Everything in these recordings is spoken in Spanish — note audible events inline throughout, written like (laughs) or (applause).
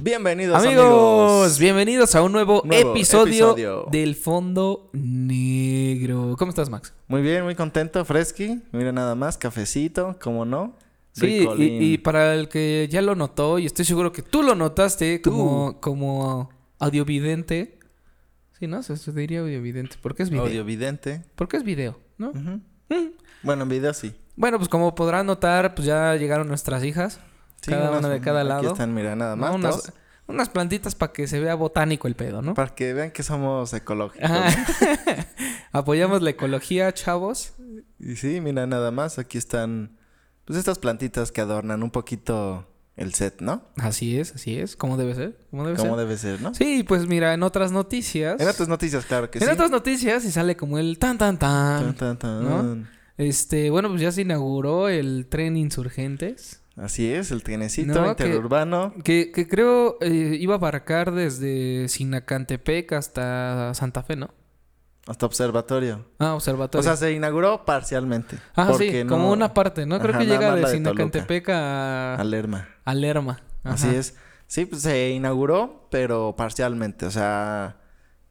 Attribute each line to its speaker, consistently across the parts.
Speaker 1: Bienvenidos
Speaker 2: Amigos,
Speaker 1: amigos.
Speaker 2: bienvenidos a un nuevo,
Speaker 1: Nuevo
Speaker 2: episodio,
Speaker 1: episodio.
Speaker 2: del Fondo Negro. ¿Cómo estás, Max?
Speaker 1: Muy bien, muy contento, fresqui. Mira nada más, cafecito, como no.
Speaker 2: Sí, y, pues,
Speaker 1: Ricolín.
Speaker 2: y para el que ya lo notó, y estoy seguro que tú lo notaste como, como audiovidente. Sí, ¿no? Se, se diría audiovidente. ¿Por qué es video?
Speaker 1: Audiovidente.
Speaker 2: Porque es video, ¿no?
Speaker 1: Ujú.
Speaker 2: Mm.
Speaker 1: Bueno, en video sí.
Speaker 2: Bueno, pues como podrán notar, pues ya llegaron nuestras hijas.
Speaker 1: Sí,
Speaker 2: cada
Speaker 1: unas-
Speaker 2: una de cada lado.
Speaker 1: Aquí están, mira nada más.
Speaker 2: ¿no?
Speaker 1: dos,
Speaker 2: unas, unas plantitas para que se vea botánico el pedo, ¿no?
Speaker 1: Para que vean que somos ecológicos.
Speaker 2: Ajá.
Speaker 1: (laughs)
Speaker 2: (laughs) Apoyamos la ecología, chavos.
Speaker 1: Y sí, mira nada más, aquí están pues estas plantitas que adornan un poquito el set, ¿no?
Speaker 2: Así es, así es. ¿Cómo debe ser? ¿Cómo debe
Speaker 1: Como
Speaker 2: ser?
Speaker 1: debe ser, ¿no?
Speaker 2: Sí, pues mira, en otras noticias.
Speaker 1: En otras noticias, claro que
Speaker 2: en
Speaker 1: sí.
Speaker 2: otras noticias y sale como el tan tan tan.
Speaker 1: Tan, tan, tan.
Speaker 2: ¿no? Este, bueno, pues ya se inauguró el tren Insurgentes.
Speaker 1: Así es, el trenecito
Speaker 2: No, que-
Speaker 1: interurbano.
Speaker 2: Que, que creo eh, iba a abarcar desde Sinacantepec hasta Santa Fe, ¿no?
Speaker 1: Hasta observatorio.
Speaker 2: Ah,
Speaker 1: O
Speaker 2: observatorio.
Speaker 1: sea, se inauguró parcialmente.
Speaker 2: ah, sí,
Speaker 1: porque
Speaker 2: como
Speaker 1: no-
Speaker 2: una parte, ¿no? Creo
Speaker 1: Ajá,
Speaker 2: que
Speaker 1: nada
Speaker 2: llega
Speaker 1: más
Speaker 2: de
Speaker 1: la de Toluca.
Speaker 2: Sinacantepec a,
Speaker 1: A Lerma.
Speaker 2: a Lerma. Ajá.
Speaker 1: Así es. Sí, pues se inauguró, pero parcialmente. O sea,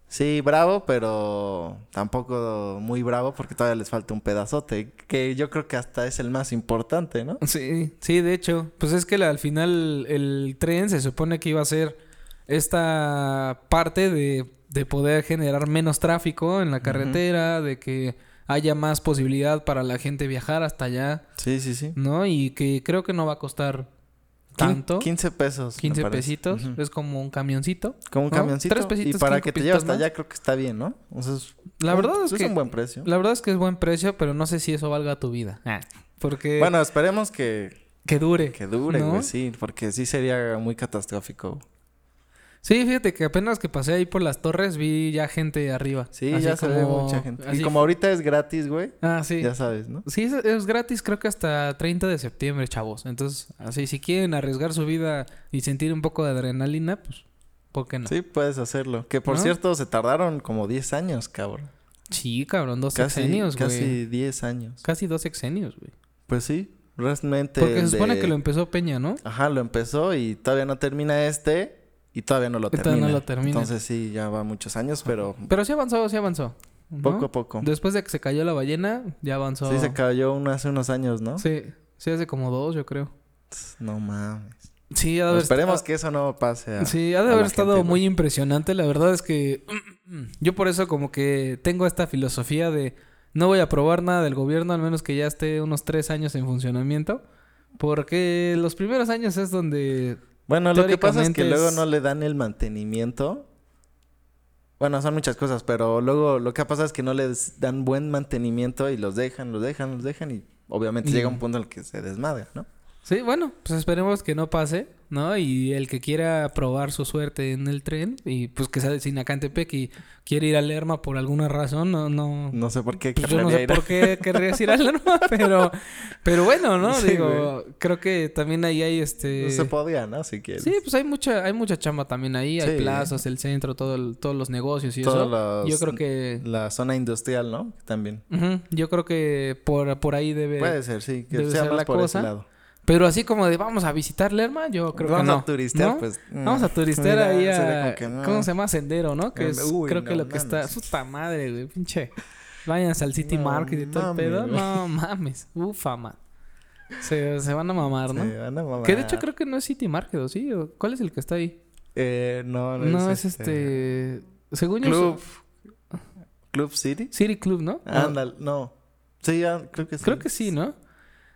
Speaker 1: sí, bravo, pero tampoco muy bravo porque todavía les falta un pedazote, que yo creo que hasta es el más importante,
Speaker 2: (laughs)
Speaker 1: ¿no?
Speaker 2: Sí, sí, de hecho. Pues es que la- al final el tren se supone que iba a ser esta parte de, de poder generar menos tráfico en la carretera, de que haya más posibilidad para la gente viajar hasta allá,
Speaker 1: Sí, sí, sí.
Speaker 2: ¿no? Y que creo que no va a costar tanto.
Speaker 1: 15 pesos. me
Speaker 2: 15
Speaker 1: parece.
Speaker 2: pesitos.
Speaker 1: Ujú.
Speaker 2: Es como un camioncito.
Speaker 1: Como un
Speaker 2: ¿no?
Speaker 1: camioncito.
Speaker 2: Tres pesitos,
Speaker 1: y para
Speaker 2: cinco
Speaker 1: que te lleve
Speaker 2: pesitos
Speaker 1: hasta
Speaker 2: más.
Speaker 1: allá creo que está bien, ¿no? O sea, es
Speaker 2: La
Speaker 1: un-
Speaker 2: verdad es que-
Speaker 1: un buen precio.
Speaker 2: La verdad es que es buen precio, pero no sé si eso valga tu vida. Porque...
Speaker 1: Ah. Bueno, esperemos que,
Speaker 2: que dure.
Speaker 1: que dure,
Speaker 2: eh, ¿No?
Speaker 1: güey, sí, porque sí sería muy catastrófico.
Speaker 2: Sí, fíjate que apenas que pasé ahí por las torres vi ya gente arriba.
Speaker 1: Sí,
Speaker 2: Así
Speaker 1: ya se ve
Speaker 2: como-
Speaker 1: mucha gente.
Speaker 2: así-
Speaker 1: Y como ahorita es gratis, güey,
Speaker 2: Ah, sí.
Speaker 1: ya sabes, ¿no?
Speaker 2: Sí, es, es gratis creo que hasta 30 de septiembre, chavos. Entonces, así, si quieren arriesgar su vida y sentir un poco de adrenalina, pues, ¿por qué no? Sí,
Speaker 1: Sí, puedes hacerlo. Que por
Speaker 2: ¿No?
Speaker 1: cierto, se tardaron como 10 años, cabrón.
Speaker 2: cabrón, dos
Speaker 1: Casi,
Speaker 2: sexenios, güey. Casi...
Speaker 1: casi 10 años.
Speaker 2: dos sexenios, güey.
Speaker 1: Pues sí, realmente.
Speaker 2: Porque se
Speaker 1: el
Speaker 2: supone
Speaker 1: de-
Speaker 2: que lo em- empezó Peña, ¿no?
Speaker 1: Ajá, lo empezó y todavía no termina este y todavía no lo
Speaker 2: Y
Speaker 1: termina.
Speaker 2: todavía no lo termina.
Speaker 1: Entonces sí, ya va muchos años, pero
Speaker 2: Pero sí avanzó, sí avanzó. ¿no?
Speaker 1: poco a poco.
Speaker 2: Después de que se cayó la ballena, ya avanzó.
Speaker 1: Sí, se cayó uno hace unos años, ¿no?
Speaker 2: Sí, sí, hace como dos, yo creo.
Speaker 1: No mames.
Speaker 2: Sí, ha de haber-
Speaker 1: Esperemos que eso no pase a.
Speaker 2: Sí, ha
Speaker 1: a
Speaker 2: de
Speaker 1: la
Speaker 2: haber estado
Speaker 1: gente,
Speaker 2: muy
Speaker 1: güey.
Speaker 2: impresionante. La verdad es que (clears throat) yo por eso como que tengo esta filosofía de no voy a probar nada del gobierno al menos que ya esté unos tres años en funcionamiento. Porque los primeros años es donde...
Speaker 1: Bueno, lo que pasa es que
Speaker 2: teóricamente
Speaker 1: luego
Speaker 2: es-
Speaker 1: no le dan el mantenimiento. Bueno, son muchas cosas, pero luego lo que pasa es que no les dan buen mantenimiento y los dejan, los dejan, los dejan y obviamente
Speaker 2: Y-
Speaker 1: llega un punto en el que se desmadra, ¿no?
Speaker 2: Sí, bueno, pues esperemos que no pase, ¿no? Y el que quiera probar su suerte en el tren y pues que sea de Sinacantepec y quiere ir a Lerma por alguna razón, no, no,
Speaker 1: No sé por qué.
Speaker 2: Pues yo no
Speaker 1: querría
Speaker 2: sé
Speaker 1: ir a-
Speaker 2: por qué querrías ir al arma, (laughs) pero, pero bueno, ¿no?
Speaker 1: Sí,
Speaker 2: Digo, creo que también ahí hay este.
Speaker 1: No se podía, ¿no? Si quieres.
Speaker 2: Sí, pues hay mucha, hay mucha chamba también ahí, hay
Speaker 1: Sí.
Speaker 2: plazas, el centro, todo el- todos los negocios y
Speaker 1: Todos
Speaker 2: eso.
Speaker 1: los-
Speaker 2: Yo creo que,
Speaker 1: La zona industrial, ¿no? También.
Speaker 2: ujú, yo creo que por, por ahí debe.
Speaker 1: Puede ser, sí. Que
Speaker 2: Eh, debe
Speaker 1: sea
Speaker 2: ser
Speaker 1: más
Speaker 2: la
Speaker 1: por
Speaker 2: cosa.
Speaker 1: ese lado.
Speaker 2: Pero así como de vamos a visitar Lerma, yo creo
Speaker 1: Vamos
Speaker 2: que no.
Speaker 1: a turistear,
Speaker 2: ¿no?
Speaker 1: pues.
Speaker 2: Vamos a
Speaker 1: mm, (laughs)
Speaker 2: turistear
Speaker 1: mira,
Speaker 2: ahí
Speaker 1: sería
Speaker 2: a...
Speaker 1: como que no.
Speaker 2: ¿Cómo se llama? Sendero, ¿no? Que
Speaker 1: Eh,
Speaker 2: es,
Speaker 1: uy,
Speaker 2: creo que
Speaker 1: no
Speaker 2: lo que está...
Speaker 1: mames.
Speaker 2: Puta madre, güey. Pinche. Váyanse al City
Speaker 1: No
Speaker 2: Market y todo el
Speaker 1: mames,
Speaker 2: pedo.
Speaker 1: güey.
Speaker 2: No mames. Ufa, man. Se, se van a mamar, ¿no?
Speaker 1: Se van a mamar.
Speaker 2: Que de hecho creo que no es City Market, ¿o sí? ¿O ¿Cuál es el que está ahí?
Speaker 1: Eh, no,
Speaker 2: No, es este... Según yo...
Speaker 1: Club.
Speaker 2: es
Speaker 1: Club City.
Speaker 2: City Club, ¿no? No,
Speaker 1: Ah, Ándale, no. Sí, ah, creo que sí.
Speaker 2: Creo que sí, ¿no?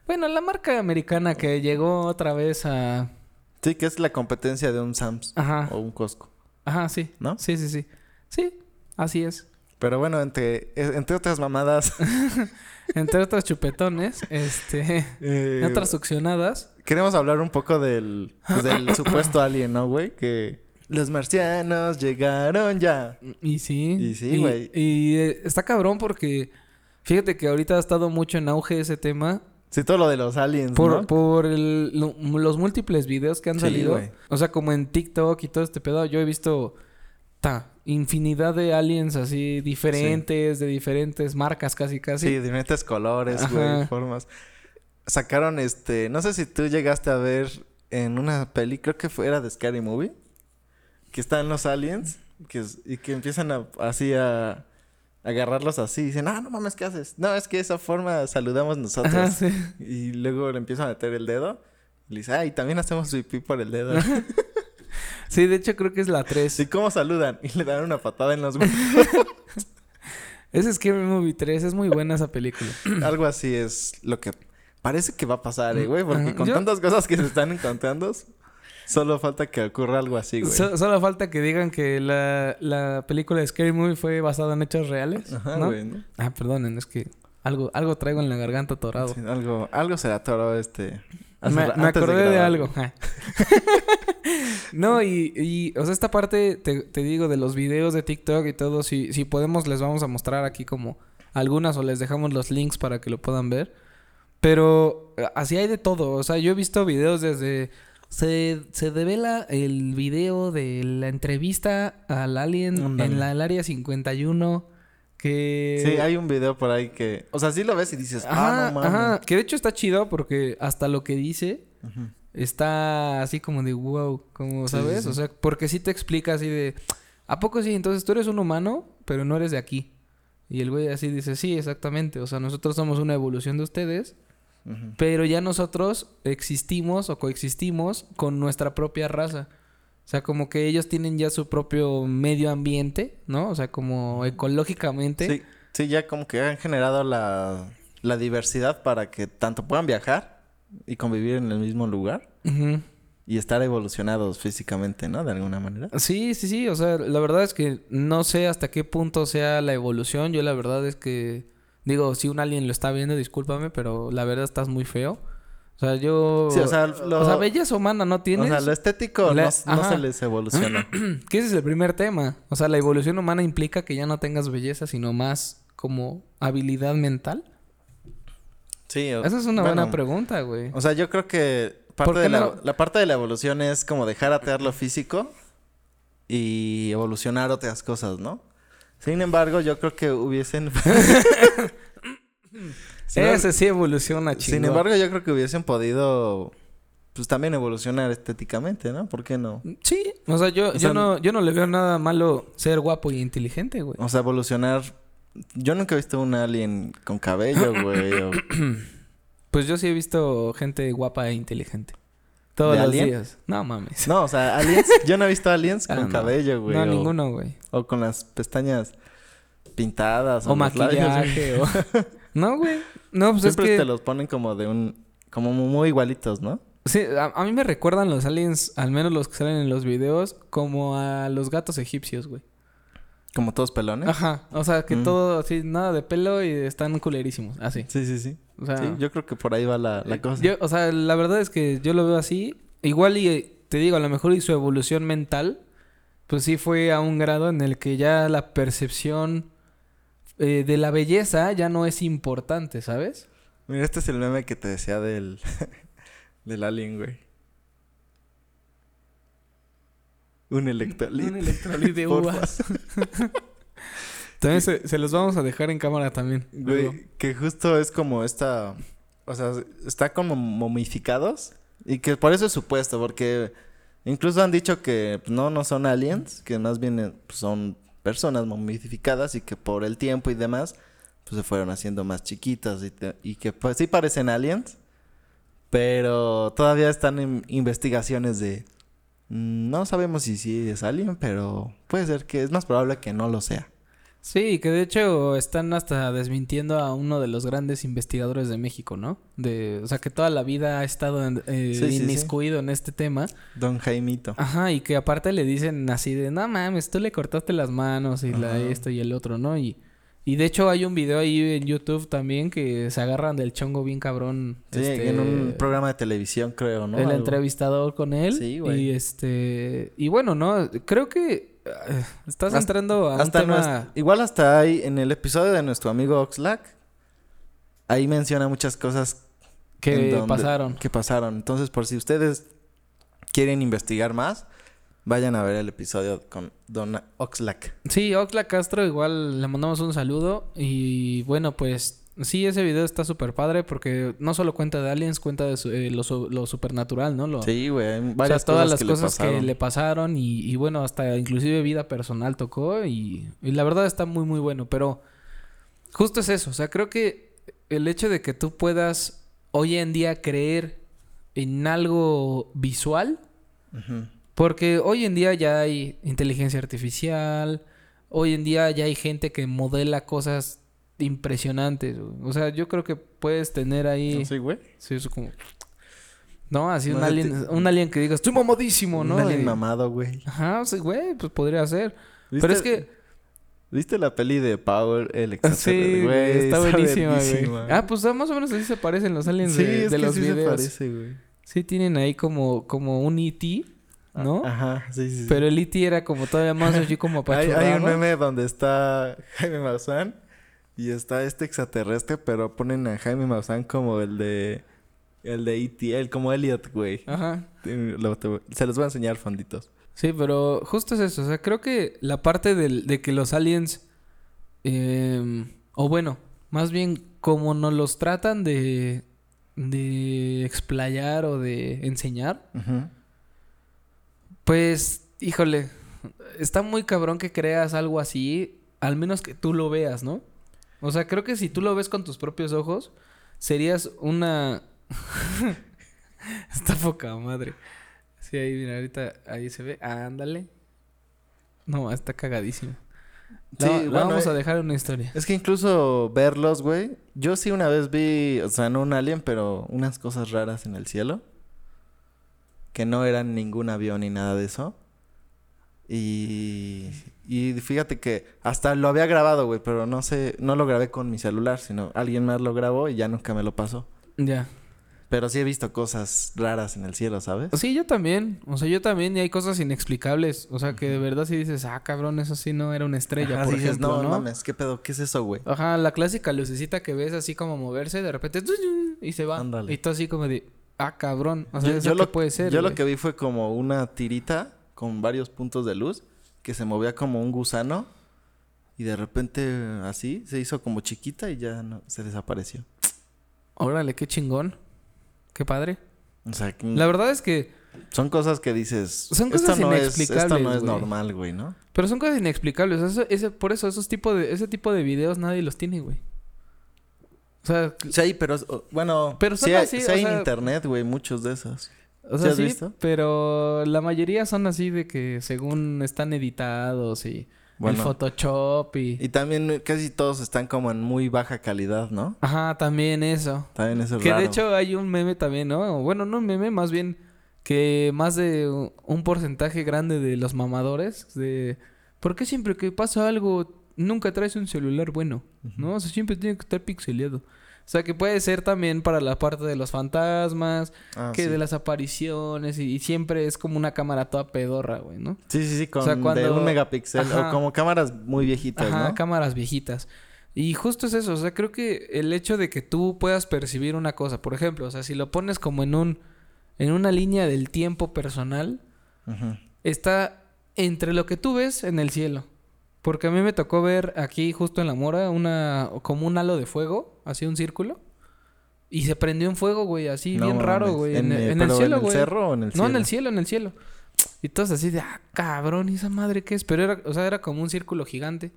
Speaker 2: Bueno, la marca americana que llegó otra vez a...
Speaker 1: Sí, que es la competencia de un Sam's
Speaker 2: Ajá.
Speaker 1: o un Costco.
Speaker 2: Ajá, sí.
Speaker 1: ¿No?
Speaker 2: Sí, sí, sí. Sí, así es.
Speaker 1: Pero bueno, entre, eh, entre otras
Speaker 2: (laughs)
Speaker 1: mamadas.
Speaker 2: Entre otros (laughs) chupetones, este...
Speaker 1: eh,
Speaker 2: Otras succionadas.
Speaker 1: Queremos hablar un poco del, pues,
Speaker 2: (coughs)
Speaker 1: del supuesto alien, ¿no, güey? Que los marcianos llegaron ya.
Speaker 2: Y sí.
Speaker 1: Y sí, güey.
Speaker 2: Y, eh, está cabrón porque... Fíjate que ahorita ha estado mucho en auge ese tema.
Speaker 1: Sí, todo lo de los aliens,
Speaker 2: Por,
Speaker 1: ¿no?
Speaker 2: por el- lo- los múltiples videos que han
Speaker 1: Sí,
Speaker 2: salido.
Speaker 1: güey.
Speaker 2: O sea, como en TikTok y todo este pedo. Yo he visto... Ta, infinidad de aliens así diferentes, de diferentes marcas casi casi.
Speaker 1: Sí, diferentes colores,
Speaker 2: Ajá.
Speaker 1: güey, formas. Sacaron este, no sé si tú llegaste a ver en una peli, creo que fue, era de Scary Movie, que están los aliens que, es- y que empiezan a, así a, a agarrarlos así. Y dicen, ah, no mames, ¿qué haces? No, es que de esa forma saludamos nosotros.
Speaker 2: (laughs) Ajá, sí.
Speaker 1: Y luego le empiezan a meter el dedo. Y le dice, ay, también hacemos pipí por el dedo.
Speaker 2: Sí, de hecho creo que es la 3.
Speaker 1: ¿Y cómo saludan? Y le dan una patada en los huevos.
Speaker 2: Es Scary Movie 3, es muy buena esa película.
Speaker 1: (clears throat) Algo así es lo que parece que va a pasar, eh, güey. Porque
Speaker 2: Mm, Ajá.
Speaker 1: con
Speaker 2: Yo-
Speaker 1: tantas cosas que se están encontrando, solo falta que ocurra algo así, güey.
Speaker 2: So- solo falta que digan que la, la película de Scary Movie fue basada en hechos reales.
Speaker 1: Ajá,
Speaker 2: ¿no?
Speaker 1: güey, ¿no?
Speaker 2: Ah, perdonen, es que algo, algo traigo en la garganta atorado.
Speaker 1: Sí, algo, algo se le atoró este.
Speaker 2: Me,
Speaker 1: hace
Speaker 2: me
Speaker 1: ra- antes
Speaker 2: acordé de,
Speaker 1: grabar.
Speaker 2: algo. ja. (laughs) no, y, y, o sea, esta parte, te, te digo, de los videos de TikTok y todo, si, si podemos, les vamos a mostrar aquí como algunas o les dejamos los links para que lo puedan ver. Pero eh, así hay de todo. O sea, yo he visto videos desde. Se, se devela el video de la entrevista al alien
Speaker 1: Ándale.
Speaker 2: en la, el área 51. Que.
Speaker 1: Sí, hay un video por ahí que. O sea, sí lo ves y dices,
Speaker 2: Ajá,
Speaker 1: ah, no
Speaker 2: ajá.
Speaker 1: mames.
Speaker 2: Que de hecho está chido porque hasta lo que dice
Speaker 1: Ujú.
Speaker 2: está así como de wow, como
Speaker 1: Sí, sí,
Speaker 2: sabes,
Speaker 1: sí.
Speaker 2: o sea, porque sí te explica así de a poco sí, entonces tú eres un humano, pero no eres de aquí. Y el güey así dice, "Sí, exactamente, o sea, nosotros somos una evolución de ustedes,
Speaker 1: Ujú.
Speaker 2: pero ya nosotros existimos o coexistimos con nuestra propia raza." O sea, como que ellos tienen ya su propio medio ambiente, ¿no? O sea, como ecológicamente.
Speaker 1: Sí, sí, ya como que han generado la, la diversidad para que tanto puedan viajar y convivir en el mismo lugar
Speaker 2: Ujú.
Speaker 1: y estar evolucionados físicamente, ¿no? De alguna manera.
Speaker 2: Sí, sí, sí. O sea, la verdad es que no sé hasta qué punto sea la evolución. Yo la verdad es que... Digo, si un alien lo está viendo, discúlpame, pero la verdad estás muy feo. O sea, yo...
Speaker 1: Sí, o sea,
Speaker 2: O
Speaker 1: lo,
Speaker 2: sea, belleza humana no
Speaker 1: o
Speaker 2: tienes.
Speaker 1: sea, lo estético
Speaker 2: La-
Speaker 1: no, no
Speaker 2: ajá.
Speaker 1: se les
Speaker 2: (clears throat)
Speaker 1: evoluciona.
Speaker 2: Que ese es el primer tema. O sea, la evolución humana implica que ya no tengas belleza, sino más como habilidad mental.
Speaker 1: Sí, o-
Speaker 2: Esa es una
Speaker 1: bueno,
Speaker 2: buena pregunta, güey.
Speaker 1: O sea, yo creo que
Speaker 2: ¿Por
Speaker 1: parte
Speaker 2: qué
Speaker 1: de la,
Speaker 2: no?
Speaker 1: la parte de la evolución es como dejar atear lo físico y evolucionar otras cosas, ¿no? Sin embargo, yo creo que
Speaker 2: (laughs)
Speaker 1: hubiesen... Sin em-
Speaker 2: Ese sí evoluciona, chingón.
Speaker 1: Sin embargo, yo creo que hubiesen podido, pues también evolucionar estéticamente, ¿no? ¿Por qué no?
Speaker 2: Sí. O sea, yo,
Speaker 1: O
Speaker 2: yo,
Speaker 1: sea,
Speaker 2: no, yo no le veo nada malo ser guapo y inteligente, güey.
Speaker 1: O sea, evolucionar. Yo nunca he visto un alien con cabello, güey. o-
Speaker 2: Pues yo sí he visto gente guapa e inteligente. Todos
Speaker 1: ¿De
Speaker 2: los
Speaker 1: alien?
Speaker 2: días. No (laughs) mames.
Speaker 1: No, o sea, aliens. Yo no he visto aliens
Speaker 2: Ah,
Speaker 1: con
Speaker 2: no.
Speaker 1: cabello, güey.
Speaker 2: no,
Speaker 1: o,
Speaker 2: ninguno, güey.
Speaker 1: O con las pestañas pintadas.
Speaker 2: O
Speaker 1: los labios, güey.
Speaker 2: maquillaje
Speaker 1: (laughs)
Speaker 2: o... No, güey. No, pues
Speaker 1: Siempre
Speaker 2: es que...
Speaker 1: te los ponen como de un. Como muy igualitos, ¿no?
Speaker 2: Sí, a, a mí me recuerdan los aliens, al menos los que salen en los videos, como a los gatos egipcios, güey.
Speaker 1: Como todos pelones.
Speaker 2: Ajá. O sea, que
Speaker 1: Mm.
Speaker 2: todo así, nada de pelo y están culerísimos. Así.
Speaker 1: Sí, sí, sí.
Speaker 2: O sea...
Speaker 1: Sí, yo creo que por ahí va la, la cosa.
Speaker 2: Eh, Yo, o sea, la verdad es que yo lo veo así. Igual y eh, te digo, a lo mejor y su evolución mental, pues sí fue a un grado en el que ya la percepción eh, de la belleza ya no es importante, ¿sabes?
Speaker 1: Mira, este es el meme que te decía del. (laughs) del alien, güey. Un electrolit.
Speaker 2: Un electrolit (laughs) de
Speaker 1: Porfa.
Speaker 2: uvas. (laughs) También se, se los vamos a dejar en cámara también. luego.
Speaker 1: Güey, que justo es como esta. O sea, está como momificados. Y que por eso es supuesto, porque incluso han dicho que pues, no, no son aliens, que más bien eh, pues, son personas momificadas y que por el tiempo y demás, pues se fueron haciendo más chiquitas y, te- y que pues sí parecen aliens, pero todavía están en investigaciones de. mm, No sabemos si sí es alien, pero puede ser que es más probable que no lo sea.
Speaker 2: Sí, que de hecho están hasta desmintiendo a uno de los grandes investigadores de México, ¿no? De, o sea, que toda la vida ha estado en- eh,
Speaker 1: Sí, sí, sí.
Speaker 2: inmiscuido en este tema.
Speaker 1: Don Jaimito.
Speaker 2: Ajá, y que aparte le dicen así de, no mames, tú le cortaste las manos y la
Speaker 1: Ajá.
Speaker 2: esto y el otro, ¿no? Y, y de hecho hay un video ahí en YouTube también que se agarran del chongo bien cabrón.
Speaker 1: Sí,
Speaker 2: este,
Speaker 1: en un programa de televisión, creo, ¿no?
Speaker 2: El
Speaker 1: Algo.
Speaker 2: entrevistador con él.
Speaker 1: Sí, güey.
Speaker 2: Y este... Y bueno, ¿no? Creo que... eh, estás
Speaker 1: Hasta-
Speaker 2: entrando a un
Speaker 1: Hasta
Speaker 2: tema...
Speaker 1: nues- Igual hasta ahí, en el episodio de nuestro amigo Oxlack, ahí menciona muchas cosas en
Speaker 2: que
Speaker 1: donde-
Speaker 2: pasaron.
Speaker 1: Que pasaron. Entonces, por si ustedes quieren investigar más, Vayan a ver el episodio con Don Oxlack.
Speaker 2: Sí, Oxla Castro, igual le mandamos un saludo. Y bueno, pues sí, ese video está súper padre porque no solo cuenta de aliens, cuenta de su- eh, lo, su- lo supernatural, ¿no? Lo,
Speaker 1: Sí, güey. hay
Speaker 2: Oh. o sea,
Speaker 1: Varias
Speaker 2: todas
Speaker 1: cosas
Speaker 2: las
Speaker 1: que
Speaker 2: cosas
Speaker 1: le
Speaker 2: que
Speaker 1: pasaron.
Speaker 2: le pasaron y, y bueno, hasta inclusive vida personal tocó y, y la verdad está muy muy bueno, pero justo es eso, o sea, creo que el hecho de que tú puedas hoy en día creer en algo visual,
Speaker 1: Ujú.
Speaker 2: porque hoy en día ya hay inteligencia artificial, hoy en día ya hay gente que modela cosas impresionantes, güey. o sea, yo creo que puedes tener ahí...
Speaker 1: Sí, güey.
Speaker 2: Sí, eso como... No, así
Speaker 1: No,
Speaker 2: un,
Speaker 1: te-
Speaker 2: alien, un alien que digas, estoy mamadísimo, ¿no?
Speaker 1: Un alien
Speaker 2: Y-
Speaker 1: mamado, güey.
Speaker 2: Ajá, o sea, güey, pues podría ser.
Speaker 1: ¿Viste-
Speaker 2: Pero es que...
Speaker 1: ¿Viste la peli de Power el
Speaker 2: Sí,
Speaker 1: extraterrestre?
Speaker 2: güey, está buenísima,
Speaker 1: verguísima.
Speaker 2: güey. Ah, pues ah, más o menos así se parecen los aliens
Speaker 1: sí,
Speaker 2: de,
Speaker 1: es
Speaker 2: de
Speaker 1: que
Speaker 2: los
Speaker 1: sí se
Speaker 2: videos.
Speaker 1: parece, güey.
Speaker 2: sí, tienen ahí como, como un E.T., ¿no?
Speaker 1: Ah, Ajá, sí, sí. sí.
Speaker 2: Pero pues, el E.T. era como
Speaker 1: (laughs)
Speaker 2: todavía más así como
Speaker 1: hay,
Speaker 2: apachurrado.
Speaker 1: hay un meme donde está Jaime Maussan y está este extraterrestre, pero ponen a Jaime Maussan como el de... El de E.T., el como Elliot, güey.
Speaker 2: Ajá.
Speaker 1: Eh, lo- te- se los voy a enseñar fonditos.
Speaker 2: Sí, pero justo es eso. O sea, creo que la parte del- de que los aliens... eh, o bueno, más bien como nos los tratan de... De explayar o de enseñar.
Speaker 1: Ujú.
Speaker 2: Pues, híjole, está muy cabrón que creas algo así, al menos que tú lo veas, ¿no? O sea, creo que si tú lo ves con tus propios ojos, serías una... (laughs) está poca madre. Sí, ahí, mira, ahorita ahí se ve. ándale. No, está cagadísimo.
Speaker 1: Sí,
Speaker 2: La- la
Speaker 1: bueno,
Speaker 2: vamos a
Speaker 1: eh,
Speaker 2: dejar en una historia.
Speaker 1: Es que incluso verlos, güey. Yo sí una vez vi, o sea, no un alien, pero unas cosas raras en el cielo. Que no eran ningún avión ni nada de eso. Y, y fíjate que hasta lo había grabado, güey, pero no sé, no lo grabé con mi celular, sino alguien más lo grabó y ya nunca me lo pasó.
Speaker 2: Ya.
Speaker 1: Pero sí he visto cosas raras en el cielo, ¿sabes?
Speaker 2: Sí, yo también. O sea, yo también. Y hay cosas inexplicables. O sea, que de verdad si dices, ah, cabrón, eso sí no era una estrella,
Speaker 1: Ajá,
Speaker 2: por
Speaker 1: dices,
Speaker 2: ejemplo,
Speaker 1: no,
Speaker 2: ¿no?
Speaker 1: mames, ¿qué pedo? ¿Qué es eso, güey?
Speaker 2: Ajá, la clásica lucecita que ves así como moverse, de repente (laughs) y se va.
Speaker 1: Ándale.
Speaker 2: Y tú así como de, ah, cabrón. O sea,
Speaker 1: yo,
Speaker 2: ¿eso
Speaker 1: yo
Speaker 2: qué
Speaker 1: lo,
Speaker 2: puede ser.
Speaker 1: yo lo
Speaker 2: güey?
Speaker 1: que vi fue como una tirita con varios puntos de luz que se movía como un gusano y de repente así se hizo como chiquita y ya no- se desapareció.
Speaker 2: Órale, qué chingón. Qué padre.
Speaker 1: O sea, que-
Speaker 2: La verdad es que.
Speaker 1: son cosas que dices.
Speaker 2: Son
Speaker 1: "Esto
Speaker 2: cosas
Speaker 1: no es- esto no
Speaker 2: inexplicables,
Speaker 1: es
Speaker 2: güey".
Speaker 1: normal, güey, ¿no?
Speaker 2: Pero son cosas inexplicables. Eso- ese, por eso, esos tipo de, ese tipo de videos nadie los tiene, güey. O sea, c-
Speaker 1: Sí, pero es- o- bueno,
Speaker 2: Pero son
Speaker 1: sí, hay-
Speaker 2: así,
Speaker 1: sí
Speaker 2: o
Speaker 1: hay en
Speaker 2: sea-
Speaker 1: internet, güey, muchos de esos.
Speaker 2: o
Speaker 1: ¿Sí
Speaker 2: sea
Speaker 1: has
Speaker 2: sí,
Speaker 1: visto?
Speaker 2: pero la mayoría son así de que según están editados y
Speaker 1: Bueno.
Speaker 2: el Photoshop y.
Speaker 1: Y también casi todos están como en muy baja calidad, ¿no?
Speaker 2: Ajá, también eso.
Speaker 1: También (laughs) eso es
Speaker 2: Que
Speaker 1: raro.
Speaker 2: de hecho hay un meme también, ¿no? Bueno, no un meme, más bien que más de un porcentaje grande de los mamadores de ¿por qué siempre que pasa algo nunca traes un celular bueno? ¿No? O sea, siempre tiene que estar pixeleado. O sea, que puede ser también para la parte de los fantasmas,
Speaker 1: Ah,
Speaker 2: que
Speaker 1: sí.
Speaker 2: de las apariciones y, y siempre es como una cámara toda pedorra, güey, ¿no?
Speaker 1: Sí, sí, sí, con
Speaker 2: sea,
Speaker 1: de
Speaker 2: cuando-
Speaker 1: un megapíxel
Speaker 2: Ajá.
Speaker 1: o como cámaras muy viejitas,
Speaker 2: Ajá,
Speaker 1: ¿no?
Speaker 2: cámaras viejitas. Y justo es eso, o sea, creo que el hecho de que tú puedas percibir una cosa, por ejemplo, o sea, si lo pones como en un en una línea del tiempo personal,
Speaker 1: Ujú.
Speaker 2: está entre lo que tú ves en el cielo. Porque a mí me tocó ver aquí justo en la mora una como un halo de fuego, así un círculo. Y se prendió en fuego, güey, así
Speaker 1: No
Speaker 2: bien raro,
Speaker 1: mames.
Speaker 2: güey.
Speaker 1: ¿En
Speaker 2: En, el-
Speaker 1: el-
Speaker 2: en el
Speaker 1: pero
Speaker 2: cielo,
Speaker 1: en el
Speaker 2: güey.
Speaker 1: cerro o en el
Speaker 2: No, en
Speaker 1: cielo?
Speaker 2: el cielo, en el cielo. Y todos así de, ah, cabrón, ¿y esa madre qué es? Pero era, o sea, era como un círculo gigante.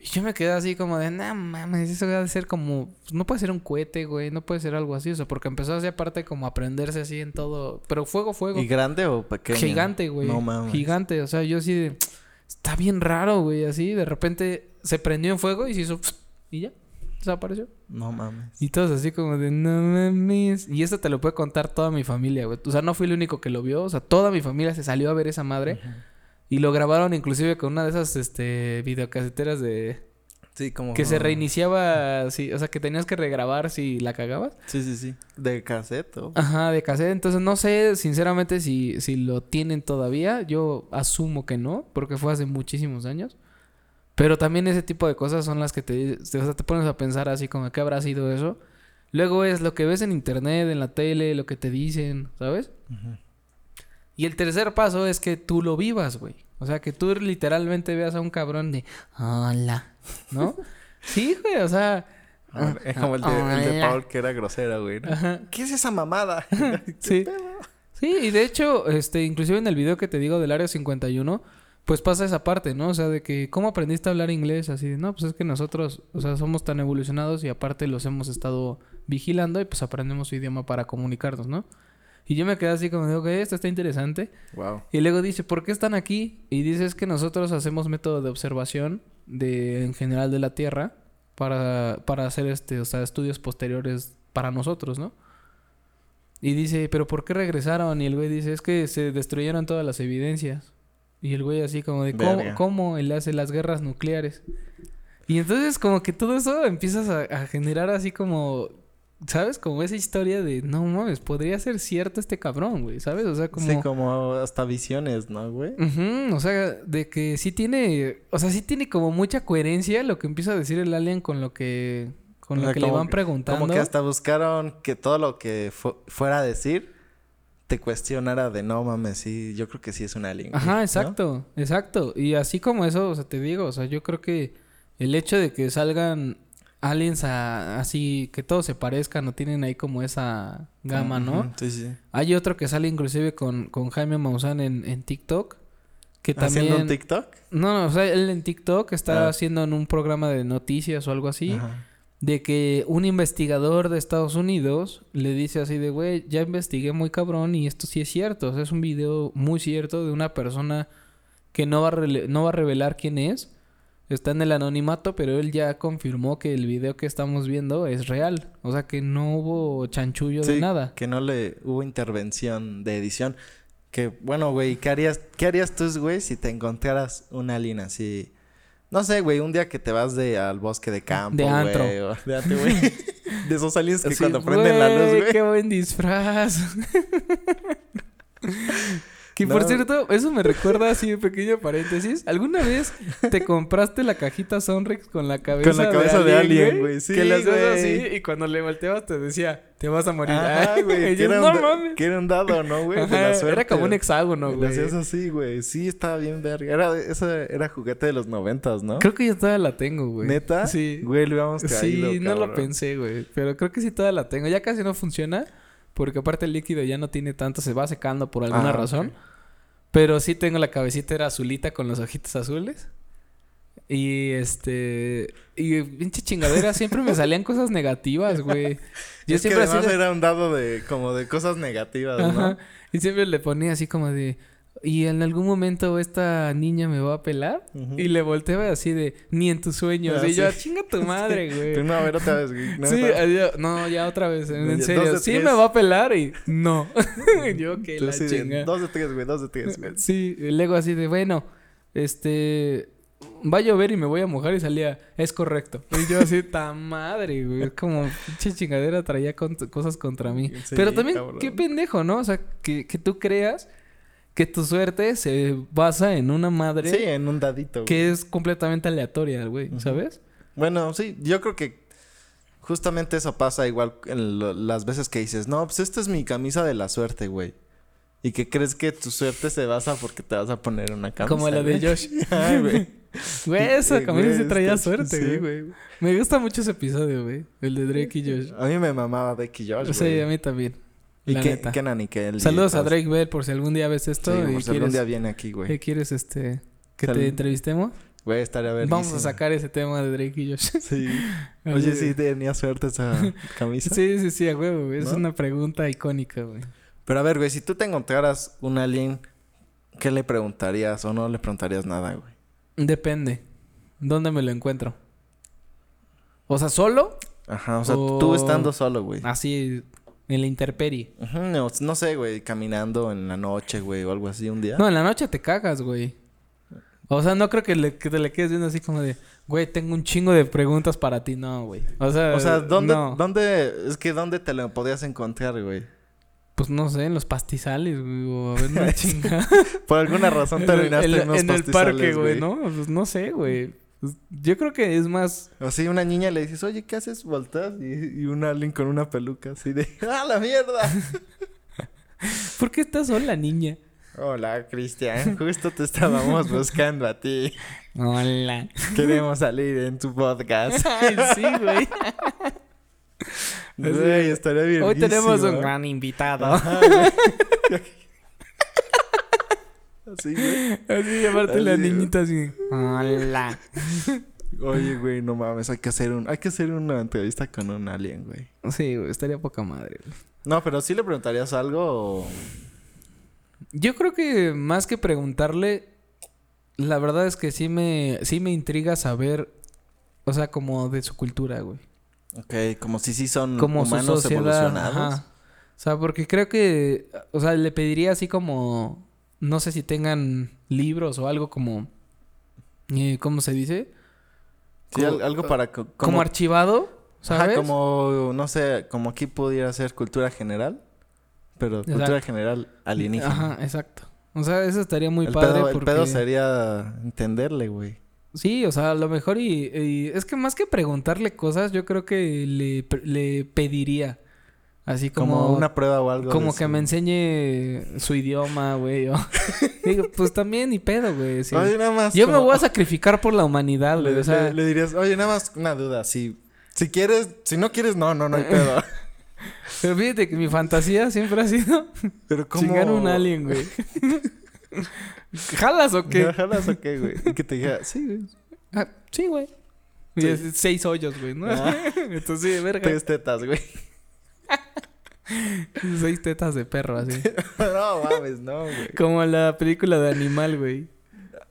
Speaker 2: Y yo me quedé así como de, no mames, eso debe ser como, pues, no puede ser un cohete, güey, no puede ser algo así. O sea, porque empezó así aparte como a prenderse así en todo. Pero fuego, fuego.
Speaker 1: ¿Y grande o pequeño?
Speaker 2: Gigante, güey.
Speaker 1: No mames.
Speaker 2: Gigante. O sea, yo así de. Está bien raro, güey. Así, de repente se prendió en fuego y se hizo. Y ya. Desapareció.
Speaker 1: No mames.
Speaker 2: Y todos así como de. No mames. Y esto te lo puede contar toda mi familia, güey. O sea, no fui el único que lo vio. O sea, toda mi familia se salió a ver esa madre. Y lo grabaron inclusive con una de esas este, videocaseteras de.
Speaker 1: Sí, como.
Speaker 2: Que se reiniciaba. así, o sea, que tenías que regrabar si la cagabas.
Speaker 1: Sí, sí, sí. De cassette. o-
Speaker 2: Ajá, de cassette. Entonces no sé, sinceramente, si, si lo tienen todavía. Yo asumo que no, porque fue hace muchísimos años. Pero también ese tipo de cosas son las que te, o sea, te pones a pensar así como qué habrá sido eso. Luego es lo que ves en internet, en la tele, lo que te dicen, ¿sabes?
Speaker 1: Ujú.
Speaker 2: Y el tercer paso es que tú lo vivas, güey. O sea, que tú literalmente veas a un cabrón de hola, ¿no? sí, güey, o sea.
Speaker 1: Ah, Es como el de, el de
Speaker 2: Hola.
Speaker 1: Paul que era grosera, güey. ¿no?
Speaker 2: Ajá.
Speaker 1: ¿Qué es esa mamada?
Speaker 2: Sí. Sí, y de hecho, este, inclusive en el video que te digo del área 51, pues pasa esa parte, ¿no? O sea, de que, ¿cómo aprendiste a hablar inglés? Así de, no, pues es que nosotros, o sea, somos tan evolucionados y aparte los hemos estado vigilando y pues aprendemos su idioma para comunicarnos, ¿no? Y yo me quedé así como, digo, ok, esto está interesante.
Speaker 1: wow.
Speaker 2: Y luego dice, ¿por qué están aquí? Y dice, es que nosotros hacemos método de observación de, en general de la Tierra para, para hacer este, o sea, estudios posteriores para nosotros, ¿no? Y dice, ¿pero por qué regresaron? Y el güey dice, es que se destruyeron todas las evidencias. Y el güey así como de, ¿cómo?
Speaker 1: Verga.
Speaker 2: ¿Cómo? Él hace las guerras nucleares. Y entonces como que todo eso empiezas a, a generar así como... ¿Sabes? Como esa historia de, no mames, podría ser cierto este cabrón, güey, ¿sabes? O sea, como...
Speaker 1: Sí, como hasta visiones, ¿no, güey?
Speaker 2: Ujú, o sea, de que sí tiene, o sea, sí tiene como mucha coherencia lo que empieza a decir el alien con lo que con
Speaker 1: O
Speaker 2: lo
Speaker 1: sea,
Speaker 2: que le
Speaker 1: como
Speaker 2: van
Speaker 1: que-
Speaker 2: preguntando.
Speaker 1: Como que hasta buscaron que todo lo que fu- fuera a decir te cuestionara de no mames, sí, yo creo que sí es un alien. güey",
Speaker 2: Ajá,
Speaker 1: ¿no?
Speaker 2: exacto, exacto. Y así como eso, o sea, te digo, o sea, yo creo que el hecho de que salgan aliens a- así que todos se parezcan, no tienen ahí como esa gama, ¿no?
Speaker 1: Ujú, Sí, sí.
Speaker 2: Hay otro que sale inclusive con, con Jaime Maussan en, en TikTok, que también
Speaker 1: ¿Haciendo un TikTok?
Speaker 2: No, no, o sea, él en TikTok está
Speaker 1: Ah.
Speaker 2: haciendo en un programa de noticias o algo así.
Speaker 1: Ajá.
Speaker 2: de que un investigador de Estados Unidos le dice así de, güey, ya investigué muy cabrón y esto sí es cierto. O sea, es un video muy cierto de una persona que no va a, rele- no va a revelar quién es. Está en el anonimato, pero él ya confirmó que el video que estamos viendo es real. O sea, que no hubo chanchullo de
Speaker 1: Sí,
Speaker 2: nada.
Speaker 1: Que no le hubo intervención de edición. Que bueno, güey, ¿qué harías, ¿qué harías tú, güey, si te encontraras un alien así? No sé, güey, un día que te vas de al bosque de campo,
Speaker 2: De
Speaker 1: güey,
Speaker 2: antro.
Speaker 1: o de antro,
Speaker 2: (laughs)
Speaker 1: güey. De esos aliens que
Speaker 2: Así,
Speaker 1: cuando prenden la luz,
Speaker 2: "Güey,
Speaker 1: güey.
Speaker 2: ¡Qué
Speaker 1: (laughs)
Speaker 2: buen disfraz! que por
Speaker 1: No.
Speaker 2: cierto, eso me recuerda así, un pequeño paréntesis. ¿Alguna vez te compraste la cajita Sonrix con la cabeza,
Speaker 1: Con la cabeza de alien, güey? Sí,
Speaker 2: que la hacías
Speaker 1: güey.
Speaker 2: así y cuando le volteabas te decía, te vas a morir.
Speaker 1: Ajá,
Speaker 2: Ay,
Speaker 1: güey.
Speaker 2: (laughs) y
Speaker 1: Que
Speaker 2: yo,
Speaker 1: era,
Speaker 2: no
Speaker 1: un da-
Speaker 2: mames.
Speaker 1: que era un dado, ¿no, güey? De
Speaker 2: Ajá,
Speaker 1: la suerte.
Speaker 2: era como un hexágono,
Speaker 1: Lo
Speaker 2: güey.
Speaker 1: hacías así, güey. Sí, estaba bien verga. Era, ese era juguete de los noventas, ¿no?
Speaker 2: Creo que yo todavía la tengo, güey.
Speaker 1: ¿Neta?
Speaker 2: Sí.
Speaker 1: Güey, lo íbamos caído,
Speaker 2: Sí, no lo
Speaker 1: cabrón.
Speaker 2: pensé, güey. Pero creo que sí toda la tengo. Ya casi no funciona. Porque aparte el líquido ya no tiene tanto. Se va secando por alguna
Speaker 1: Ah,
Speaker 2: razón.
Speaker 1: ok.
Speaker 2: Pero sí tengo la cabecita era azulita con los ojitos azules. Y este... Y pinche chingadera. siempre me salían cosas negativas,
Speaker 1: (laughs)
Speaker 2: güey. Yo
Speaker 1: es que
Speaker 2: siempre así
Speaker 1: además
Speaker 2: de-
Speaker 1: era un dado de como de cosas negativas,
Speaker 2: Ajá.
Speaker 1: ¿no?
Speaker 2: Y siempre le ponía así como de... Y en algún momento esta niña me va a pelar.
Speaker 1: Ujú.
Speaker 2: Y le volteaba así de... Ni en tus sueños.
Speaker 1: Ah,
Speaker 2: y yo,
Speaker 1: sí.
Speaker 2: chinga
Speaker 1: (laughs)
Speaker 2: tu madre, güey.
Speaker 1: Tú no, a ver otra vez, güey. No,
Speaker 2: sí,
Speaker 1: otra-
Speaker 2: adiós. no, ya otra vez, en,
Speaker 1: Ya,
Speaker 2: en
Speaker 1: dos
Speaker 2: serio.
Speaker 1: de
Speaker 2: Sí
Speaker 1: tres.
Speaker 2: me va a pelar y no. (laughs) Yo que
Speaker 1: tú
Speaker 2: la
Speaker 1: así de,
Speaker 2: chinga.
Speaker 1: dos de tres, güey, dos de tres, güey.
Speaker 2: Sí, y luego así de, bueno, este va a llover y me voy a mojar y salía, es correcto. Y yo así, ta madre, güey, es como pinche chingadera traía cont- cosas contra mí.
Speaker 1: Sí,
Speaker 2: Pero también
Speaker 1: cabrón.
Speaker 2: qué pendejo, ¿no? O sea, que, que tú creas que tu suerte se basa en una madre
Speaker 1: Sí, en un dadito. güey.
Speaker 2: que es completamente aleatoria, güey,
Speaker 1: Ujú.
Speaker 2: ¿sabes?
Speaker 1: Bueno, sí, yo creo que justamente eso pasa igual en lo- las veces que dices, no, pues esta es mi camisa de la suerte, güey. Y que crees que tu suerte se basa porque te vas a poner una camisa.
Speaker 2: Como la de
Speaker 1: güey.
Speaker 2: Josh.
Speaker 1: (laughs) Ay, güey. (laughs)
Speaker 2: Güey, eso
Speaker 1: Eh,
Speaker 2: Camilo sí
Speaker 1: güey,
Speaker 2: traía
Speaker 1: está-
Speaker 2: suerte,
Speaker 1: sí,
Speaker 2: güey. Me gusta mucho ese episodio, güey. El de Drake y Josh.
Speaker 1: A mí me mamaba Becky Josh, güey.
Speaker 2: Sí, a mí también.
Speaker 1: Y
Speaker 2: la
Speaker 1: Ke-
Speaker 2: neta.
Speaker 1: Kenan y Kel y
Speaker 2: Saludos a
Speaker 1: todos.
Speaker 2: Drake Bell por si algún día ves
Speaker 1: Sí,
Speaker 2: esto
Speaker 1: por
Speaker 2: y
Speaker 1: si
Speaker 2: quieres,
Speaker 1: algún día viene aquí, güey.
Speaker 2: y quieres este que
Speaker 1: Sal-
Speaker 2: te entrevistemos.
Speaker 1: Güey, estaría ver.
Speaker 2: Vamos a sacar ese tema de Drake y Josh.
Speaker 1: Sí.
Speaker 2: Así
Speaker 1: (laughs) Oye,
Speaker 2: de-
Speaker 1: sí tenía suerte (laughs) esa camisa.
Speaker 2: Sí, sí, sí, a huevo, güey. Es
Speaker 1: ¿No?
Speaker 2: una pregunta icónica, güey.
Speaker 1: Pero a ver, güey, si tú te encontraras un alien, ¿qué le preguntarías o no le preguntarías nada, güey?
Speaker 2: Depende. ¿Dónde me lo encuentro? O sea, solo,
Speaker 1: Ajá, o sea,
Speaker 2: O-
Speaker 1: tú estando solo, güey.
Speaker 2: Ah. así en la interperie.
Speaker 1: Ujú, no, no sé, güey, caminando en la noche, güey, o algo así un día.
Speaker 2: No, en la noche te cagas, güey. O sea, no creo que, le- que te le quedes viendo así como de, güey, tengo un chingo de preguntas para ti. No, güey. O sea,
Speaker 1: o sea, ¿dónde,
Speaker 2: eh, no.
Speaker 1: dónde, es que dónde te lo podías encontrar, güey?
Speaker 2: Pues no sé, en los pastizales, güey, o a ver
Speaker 1: (laughs)
Speaker 2: una chingada.
Speaker 1: Por alguna razón terminaste
Speaker 2: (laughs) en,
Speaker 1: en,
Speaker 2: el-
Speaker 1: unos
Speaker 2: en el
Speaker 1: pastizales,
Speaker 2: parque, güey, ¿no? Pues no sé, güey. Pues, yo creo que es más.
Speaker 1: Así una niña le dices, oye, ¿qué haces? Voltas y, y un alien con (laughs) una peluca así de, ¡ah, la mierda!
Speaker 2: ¿Por qué estás sola, niña?
Speaker 1: Hola, Cristian. Justo te estábamos buscando a ti.
Speaker 2: Hola.
Speaker 1: Queremos salir en tu podcast. (laughs)
Speaker 2: (laughs) Ay, sí, güey.
Speaker 1: Güey, estaría bien.
Speaker 2: Hoy tenemos
Speaker 1: ¿eh?
Speaker 2: un gran invitado.
Speaker 1: (laughs) Así, güey.
Speaker 2: Así llamarte
Speaker 1: (laughs)
Speaker 2: la
Speaker 1: Así, güey.
Speaker 2: niñita así. Hola.
Speaker 1: Oye, güey, no mames, hay que hacer un, hay que hacer una entrevista con un alien, güey.
Speaker 2: Sí, güey, estaría poca madre. güey.
Speaker 1: No, pero sí le preguntarías algo o-
Speaker 2: Yo creo que más que preguntarle, la verdad es que sí me, sí me intriga saber, o sea, como de su cultura, güey.
Speaker 1: Ok, como si sí son
Speaker 2: como su
Speaker 1: Mm, humanos
Speaker 2: sociedad.
Speaker 1: evolucionados.
Speaker 2: ajá. O sea, porque creo que, o sea, le pediría así como, no sé si tengan libros o algo como, eh, ¿cómo se dice?
Speaker 1: Sí, al- algo para co-
Speaker 2: Como,
Speaker 1: como,
Speaker 2: archivado,
Speaker 1: ajá,
Speaker 2: ¿sabes?
Speaker 1: como no sé, como aquí pudiera ser cultura general, pero cultura
Speaker 2: Exacto.
Speaker 1: general alienígena.
Speaker 2: Ajá, exacto. O sea, eso estaría muy
Speaker 1: el,
Speaker 2: padre
Speaker 1: pedo, el
Speaker 2: porque...
Speaker 1: pedo sería entenderle, güey.
Speaker 2: Sí, o sea, a lo mejor y, y es que más que preguntarle cosas, yo creo que le, pre- le pediría así como,
Speaker 1: Como, una prueba o algo.
Speaker 2: como
Speaker 1: de
Speaker 2: que
Speaker 1: su-
Speaker 2: me enseñe su idioma, güey. o- (laughs) Digo, pues también ni pedo, güey. sí.
Speaker 1: Oye, nada más.
Speaker 2: Yo me
Speaker 1: como-
Speaker 2: voy a sacrificar por la humanidad,
Speaker 1: le,
Speaker 2: güey. O sea,
Speaker 1: le- le dirías, oye, nada más una duda, si, si quieres, si no quieres, no, no, no hay
Speaker 2: (laughs)
Speaker 1: pedo.
Speaker 2: pero fíjate que mi fantasía siempre ha sido (laughs)
Speaker 1: Pero como...
Speaker 2: chingar un alien, güey.
Speaker 1: (laughs)
Speaker 2: ¿Jalas o
Speaker 1: ¿Qué?
Speaker 2: qué?
Speaker 1: ¿Jalas o qué, güey? Y Que te diga, (laughs) sí, güey.
Speaker 2: Ah, sí, güey. Y
Speaker 1: Sí.
Speaker 2: es Seis hoyos, güey, (laughs) ¿no?
Speaker 1: Ah.
Speaker 2: (laughs) Entonces, sí, verga.
Speaker 1: Tres tetas, güey. (laughs)
Speaker 2: Seis tetas de perro, así.
Speaker 1: no mames, no, güey.
Speaker 2: Como la película de Animal, güey.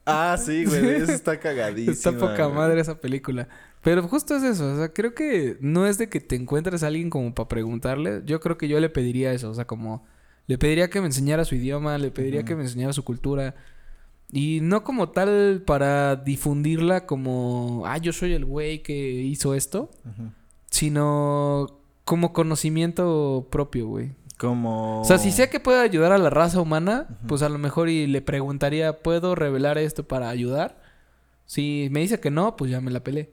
Speaker 1: Ah, sí, güey. Eso está cagadísimo.
Speaker 2: (laughs) Está poca madre esa película. Pero justo es eso, o sea, creo que no es de que te encuentres a alguien como para preguntarle. Yo creo que yo le pediría eso, o sea, como le pediría que me enseñara su idioma, le pediría
Speaker 1: Ujú.
Speaker 2: que me enseñara su cultura. Y no como tal para difundirla como, ah, yo soy el güey que hizo esto, sino como conocimiento propio, güey.
Speaker 1: Como.
Speaker 2: O sea, si sé que puedo ayudar a la raza humana, pues a lo mejor y le preguntaría, ¿puedo revelar esto para ayudar? Si me dice que no, pues ya me la pelé.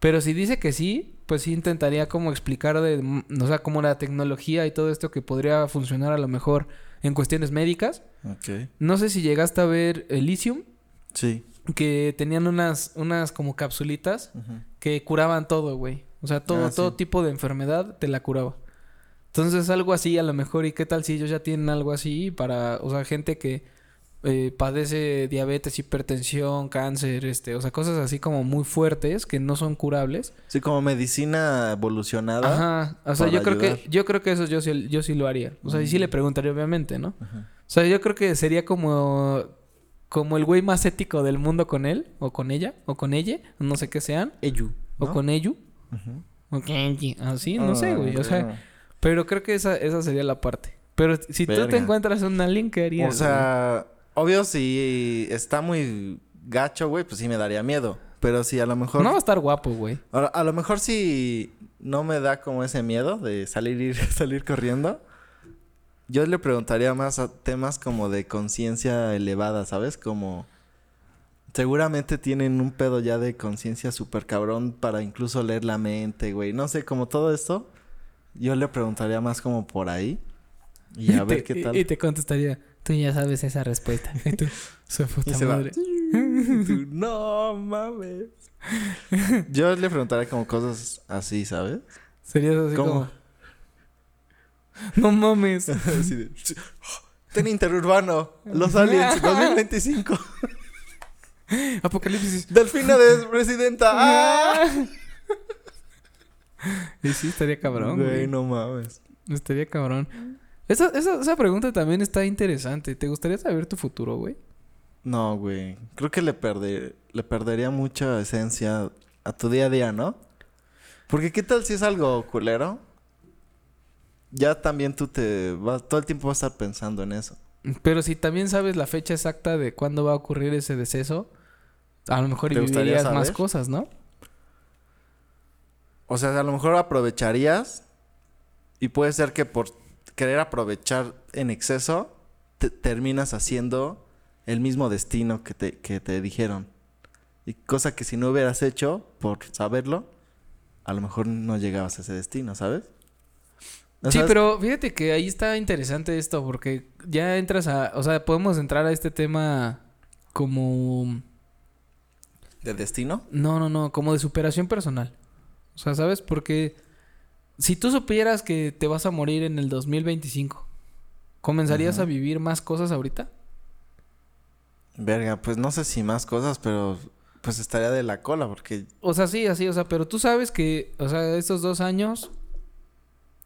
Speaker 2: Pero si dice que sí, pues sí intentaría como explicar de, mm, o sea, como la tecnología y todo esto que podría funcionar a lo mejor en cuestiones médicas.
Speaker 1: Ok.
Speaker 2: No sé si llegaste a ver Elysium,
Speaker 1: Sí.
Speaker 2: que tenían unas, unas como capsulitas
Speaker 1: Ujú.
Speaker 2: que curaban todo, güey. O sea, todo,
Speaker 1: Ah, sí.
Speaker 2: todo tipo de enfermedad te la curaba. Entonces, algo así a lo mejor, ¿y qué tal si ellos ya tienen algo así para, o sea, gente que eh, padece diabetes, hipertensión, cáncer, este, o sea, cosas así como muy fuertes que no son curables?
Speaker 1: Sí, como medicina evolucionada.
Speaker 2: Ajá, o sea,
Speaker 1: Para
Speaker 2: yo creo que
Speaker 1: ayudar. Mm.
Speaker 2: yo creo que eso yo sí, yo sí lo haría. O sea, y sí le preguntaría obviamente, ¿no?
Speaker 1: Ajá.
Speaker 2: O sea, yo creo que sería como como el güey más ético del mundo con él o con ella o con ella, no sé qué sean,
Speaker 1: Eyu.
Speaker 2: o con ello.
Speaker 1: Ujú. Ah,
Speaker 2: Ok, así, no sé, güey. O sea, pero creo que esa, esa sería la parte. Pero si tú te
Speaker 1: Verga.
Speaker 2: encuentras un alien, ¿qué
Speaker 1: O
Speaker 2: harías?
Speaker 1: sea, obvio, si está muy gacho, güey, pues sí me daría miedo. Pero si a lo
Speaker 2: güey?
Speaker 1: mejor.
Speaker 2: no va a estar guapo, güey.
Speaker 1: Ahora, a lo mejor si no me da como ese miedo de salir ir, (laughs) salir corriendo, yo le preguntaría más a temas como de conciencia elevada, ¿sabes? Como seguramente tienen un pedo ya de conciencia súper cabrón para incluso leer la mente, güey. No sé, como todo esto, yo le preguntaría más como por ahí y a ver
Speaker 2: te,
Speaker 1: qué tal.
Speaker 2: (laughs) Y, te contestaría, tú ya sabes esa respuesta. (laughs) Y tú, su puta
Speaker 1: Y se va.
Speaker 2: madre.
Speaker 1: Y tú, (laughs) no mames. Yo le preguntaría como cosas así, ¿sabes?
Speaker 2: Serías así
Speaker 1: ¿Cómo?
Speaker 2: como.
Speaker 1: (laughs)
Speaker 2: No
Speaker 1: (laughs)
Speaker 2: mames.
Speaker 1: Así de, "Sí, (gasps) oh, Tren interurbano, los (laughs) aliens, 2025.
Speaker 2: Apocalipsis.
Speaker 1: Delfina de (laughs) presidenta. ¡ah!
Speaker 2: (laughs) y sí, estaría cabrón.
Speaker 1: Güey,
Speaker 2: Güey,
Speaker 1: no mames.
Speaker 2: Estaría cabrón. Esa, esa, esa pregunta también está interesante. ¿Te gustaría saber tu futuro, güey?
Speaker 1: No, güey. Creo que le, perder- le perdería mucha esencia a tu día a día, ¿no? Porque qué tal si es algo culero. Ya también tú te vas, todo el tiempo vas a estar pensando en eso.
Speaker 2: Pero si también sabes la fecha exacta de cuándo va a ocurrir ese deceso, a lo mejor
Speaker 1: ¿Te
Speaker 2: y
Speaker 1: gustaría
Speaker 2: vivirías
Speaker 1: saber?
Speaker 2: más cosas, ¿no?
Speaker 1: O sea, a lo mejor aprovecharías y puede ser que por querer aprovechar en exceso te- terminas haciendo el mismo destino que te, que te dijeron. Y cosa que si no hubieras hecho por saberlo, a lo mejor no llegabas a ese destino, ¿sabes? ¿no
Speaker 2: Sí,
Speaker 1: sabes?
Speaker 2: pero fíjate que ahí está interesante esto porque ya entras a, o sea, podemos entrar a este tema como
Speaker 1: ¿De destino?
Speaker 2: No, no, no, como de superación personal. O sea, ¿sabes? Porque si tú supieras que te vas a morir en el 2025, ¿comenzarías
Speaker 1: Ajá.
Speaker 2: a vivir más cosas ahorita?
Speaker 1: Verga, pues no sé si más cosas, pero pues estaría de la cola porque...
Speaker 2: O sea, sí, así, o sea, pero tú sabes que, o sea, estos dos años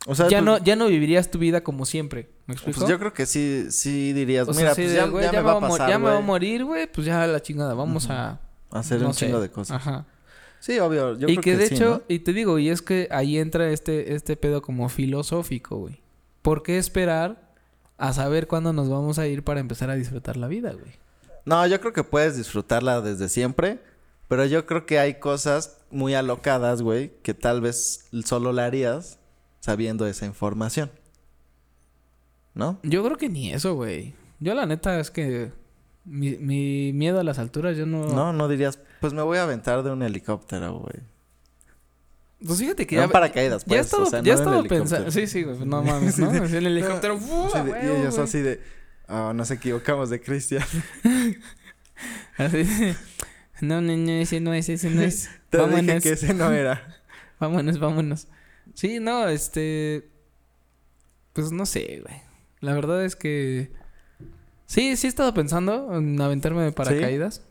Speaker 1: O sea,
Speaker 2: ya
Speaker 1: pues-
Speaker 2: no, ya no vivirías tu vida como siempre. ¿Me explico?
Speaker 1: Pues yo creo que sí, sí dirías,
Speaker 2: o sea,
Speaker 1: mira,
Speaker 2: sí,
Speaker 1: pues
Speaker 2: de,
Speaker 1: ya,
Speaker 2: güey,
Speaker 1: ya
Speaker 2: ya
Speaker 1: me va a
Speaker 2: mo-
Speaker 1: pasar,
Speaker 2: ya me va a
Speaker 1: güey,
Speaker 2: morir, güey, pues ya a la chingada, vamos a
Speaker 1: hacer
Speaker 2: no
Speaker 1: un
Speaker 2: sé.
Speaker 1: chingo de cosas.
Speaker 2: Ajá.
Speaker 1: Sí, obvio, yo
Speaker 2: y
Speaker 1: creo
Speaker 2: que, de
Speaker 1: sí,
Speaker 2: hecho,
Speaker 1: ¿no?
Speaker 2: y te digo, y es que ahí entra este, este pedo como filosófico, güey. ¿Por qué esperar a saber cuándo nos vamos a ir para empezar a disfrutar la vida, güey?
Speaker 1: No, yo creo que puedes disfrutarla desde siempre, pero yo creo que hay cosas muy alocadas, güey, que tal vez solo la harías sabiendo esa información. ¿No?
Speaker 2: Yo creo que ni eso, güey. Yo la neta es que mi, mi miedo a las alturas, yo no...
Speaker 1: No, no dirías, pues me voy a aventar de un helicóptero, güey.
Speaker 2: Pues fíjate que
Speaker 1: No
Speaker 2: ya...
Speaker 1: en paracaídas,
Speaker 2: ya he
Speaker 1: pues,
Speaker 2: estado,
Speaker 1: o sea,
Speaker 2: ya he
Speaker 1: no en
Speaker 2: estado
Speaker 1: helicóptero.
Speaker 2: pensando... Sí, sí, güey.
Speaker 1: (laughs)
Speaker 2: No mames, ¿no? Así en el helicóptero. ¡buah,
Speaker 1: Así de-
Speaker 2: huevo,
Speaker 1: y ellos
Speaker 2: güey!
Speaker 1: así de, "Ah, nos equivocamos de Cristian. (laughs)
Speaker 2: Así de, No, no, no, ese no es, ese no es.
Speaker 1: (laughs) Te dije
Speaker 2: Vámonos.
Speaker 1: que ese no
Speaker 2: (laughs)
Speaker 1: era.
Speaker 2: Vámonos, vámonos. Sí, no, este. Pues no sé, güey. La verdad es que. Sí, sí he estado pensando en aventarme de paracaídas.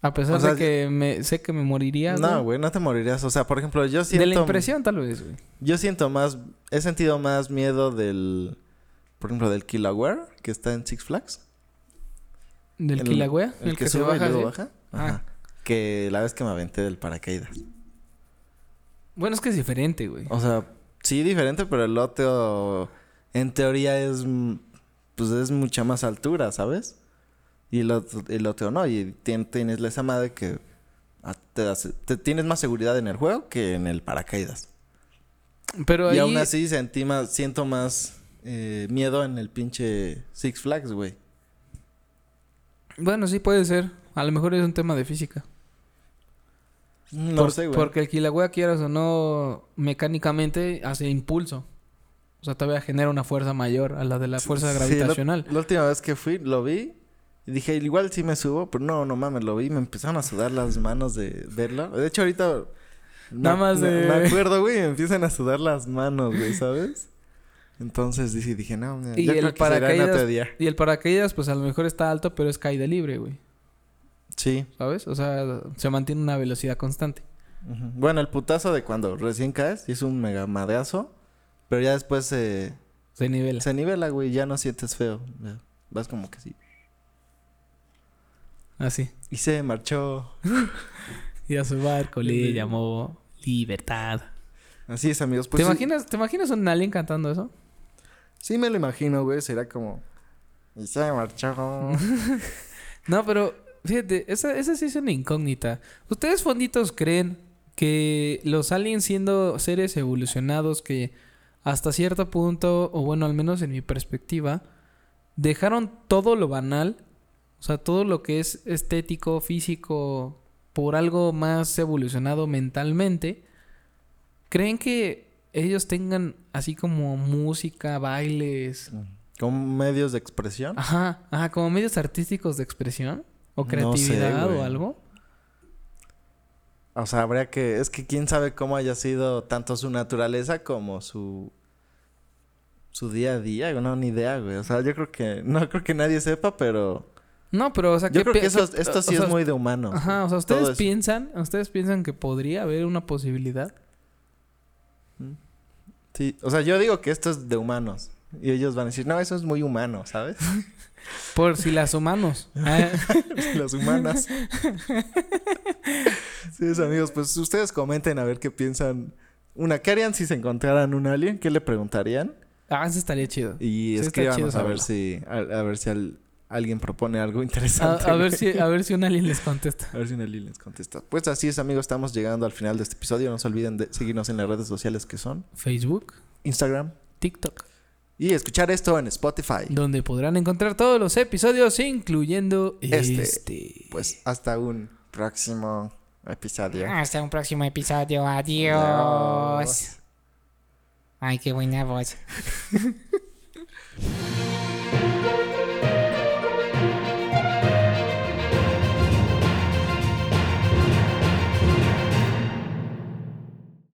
Speaker 2: A pesar
Speaker 1: O sea,
Speaker 2: de que me, sé que me moriría.
Speaker 1: No,
Speaker 2: güey.
Speaker 1: güey, no te morirías. O sea, por ejemplo, yo siento...
Speaker 2: De la impresión, tal vez, güey.
Speaker 1: Yo siento más, he sentido más miedo del, por ejemplo, del Kilauea que está en Six Flags.
Speaker 2: Del
Speaker 1: El-
Speaker 2: Kilauea.
Speaker 1: El, que,
Speaker 2: se
Speaker 1: sube
Speaker 2: baja,
Speaker 1: y luego
Speaker 2: sí. Ah.
Speaker 1: baja. Ajá. Que la vez que me aventé del paracaídas.
Speaker 2: Bueno, es que es diferente, güey.
Speaker 1: O sea, sí diferente, pero el otro en teoría es, mm, pues es mucha más altura, ¿sabes? Y el otro, el otro no, y tien- tienes la esa madre que a- te, das- te tienes más seguridad en el juego que en el paracaídas.
Speaker 2: Pero ahí.
Speaker 1: Y aún así sentí más, siento más eh, miedo en el pinche Six Flags, güey.
Speaker 2: Bueno, sí puede ser. A lo mejor es un tema de física.
Speaker 1: No
Speaker 2: Por-
Speaker 1: sé, güey.
Speaker 2: Porque el Kilauea, quieras o no, mecánicamente hace impulso. O sea, todavía genera una fuerza mayor a la de la fuerza
Speaker 1: Sí,
Speaker 2: gravitacional.
Speaker 1: la, la última vez que fui, lo vi y dije, igual sí me subo, pero no, no mames, lo vi. y Me empezaron a sudar las manos de verlo. De hecho, ahorita. me-
Speaker 2: Nada más
Speaker 1: me-
Speaker 2: de-
Speaker 1: Me acuerdo, güey, me empiezan a sudar las manos, güey, ¿sabes? Entonces dije, dije no, mira,
Speaker 2: Y
Speaker 1: yo
Speaker 2: el
Speaker 1: creo que será en
Speaker 2: paracaídas-
Speaker 1: otro día.
Speaker 2: Y el paracaídas, pues a lo mejor está alto, pero es caída libre, güey.
Speaker 1: Sí.
Speaker 2: ¿Sabes? O sea, se mantiene una velocidad constante.
Speaker 1: Ujú. Bueno, el putazo de cuando recién caes y es un mega madrazo, pero ya después se,
Speaker 2: Se nivela.
Speaker 1: se nivela, güey, ya no sientes feo. ya, Vas como que sí.
Speaker 2: Así.
Speaker 1: Y se marchó.
Speaker 2: Y a su barco le llamó Libertad.
Speaker 1: Así es, amigos. Pues
Speaker 2: ¿Te,
Speaker 1: sí-
Speaker 2: imaginas, ¿Te imaginas un alien cantando eso?
Speaker 1: Sí me lo imagino, güey. Será como... Y se
Speaker 2: (laughs)
Speaker 1: marchó.
Speaker 2: No, pero fíjate, esa, esa sí es una incógnita. ¿Ustedes fonditos creen que los aliens siendo seres evolucionados que hasta cierto punto, o bueno, al menos en mi perspectiva, dejaron todo lo banal, o sea, todo lo que es estético, físico, por algo más evolucionado mentalmente? ¿Creen que ellos tengan así como música, bailes,
Speaker 1: ¿Con medios de expresión?
Speaker 2: Ajá, ajá, como medios artísticos de expresión
Speaker 1: No
Speaker 2: o
Speaker 1: sé,
Speaker 2: creatividad
Speaker 1: güey.
Speaker 2: o algo.
Speaker 1: O sea, habría que... Es que quién sabe cómo haya sido tanto su naturaleza como su... Su día a día, güey, no, ni idea, güey. O sea, yo creo que... No creo que nadie sepa, pero...
Speaker 2: No, pero o sea,
Speaker 1: Yo
Speaker 2: ¿qué
Speaker 1: creo que
Speaker 2: pi-
Speaker 1: eso,
Speaker 2: qué-
Speaker 1: esto
Speaker 2: o
Speaker 1: sí
Speaker 2: sea,
Speaker 1: es muy de humano.
Speaker 2: Ajá, o sea,
Speaker 1: todo
Speaker 2: ustedes
Speaker 1: eso.
Speaker 2: piensan, ustedes piensan que podría haber una posibilidad.
Speaker 1: Sí, o sea, yo digo que esto es de humanos. Y ellos van a decir, no, eso es muy humano, ¿sabes?
Speaker 2: Por si
Speaker 1: (laughs)
Speaker 2: las humanos. Ah,
Speaker 1: Las
Speaker 2: (laughs)
Speaker 1: humanas. sí, es, amigos, pues ustedes comenten a ver qué piensan. Una, ¿qué harían si se encontraran un alien? ¿Qué le preguntarían?
Speaker 2: ah, eso estaría chido.
Speaker 1: Y
Speaker 2: Sí, está
Speaker 1: escríbanos
Speaker 2: chido
Speaker 1: a ver
Speaker 2: saberlo.
Speaker 1: si, a, a ver si al- alguien propone algo
Speaker 2: A,
Speaker 1: interesante.
Speaker 2: a ver
Speaker 1: güey. (laughs)
Speaker 2: si, a ver si un alien les contesta.
Speaker 1: A ver si un alien les contesta. Pues así es, amigos, estamos llegando al final de este episodio. No se olviden de seguirnos en las redes sociales que son
Speaker 2: Facebook,
Speaker 1: Instagram
Speaker 2: TikTok,
Speaker 1: y escuchar esto en Spotify.
Speaker 2: donde podrán encontrar todos los episodios, incluyendo
Speaker 1: Este.
Speaker 2: este.
Speaker 1: Pues hasta un próximo episodio.
Speaker 3: Hasta un próximo episodio. Adiós.
Speaker 1: Adiós.
Speaker 3: Ay, qué buena voz.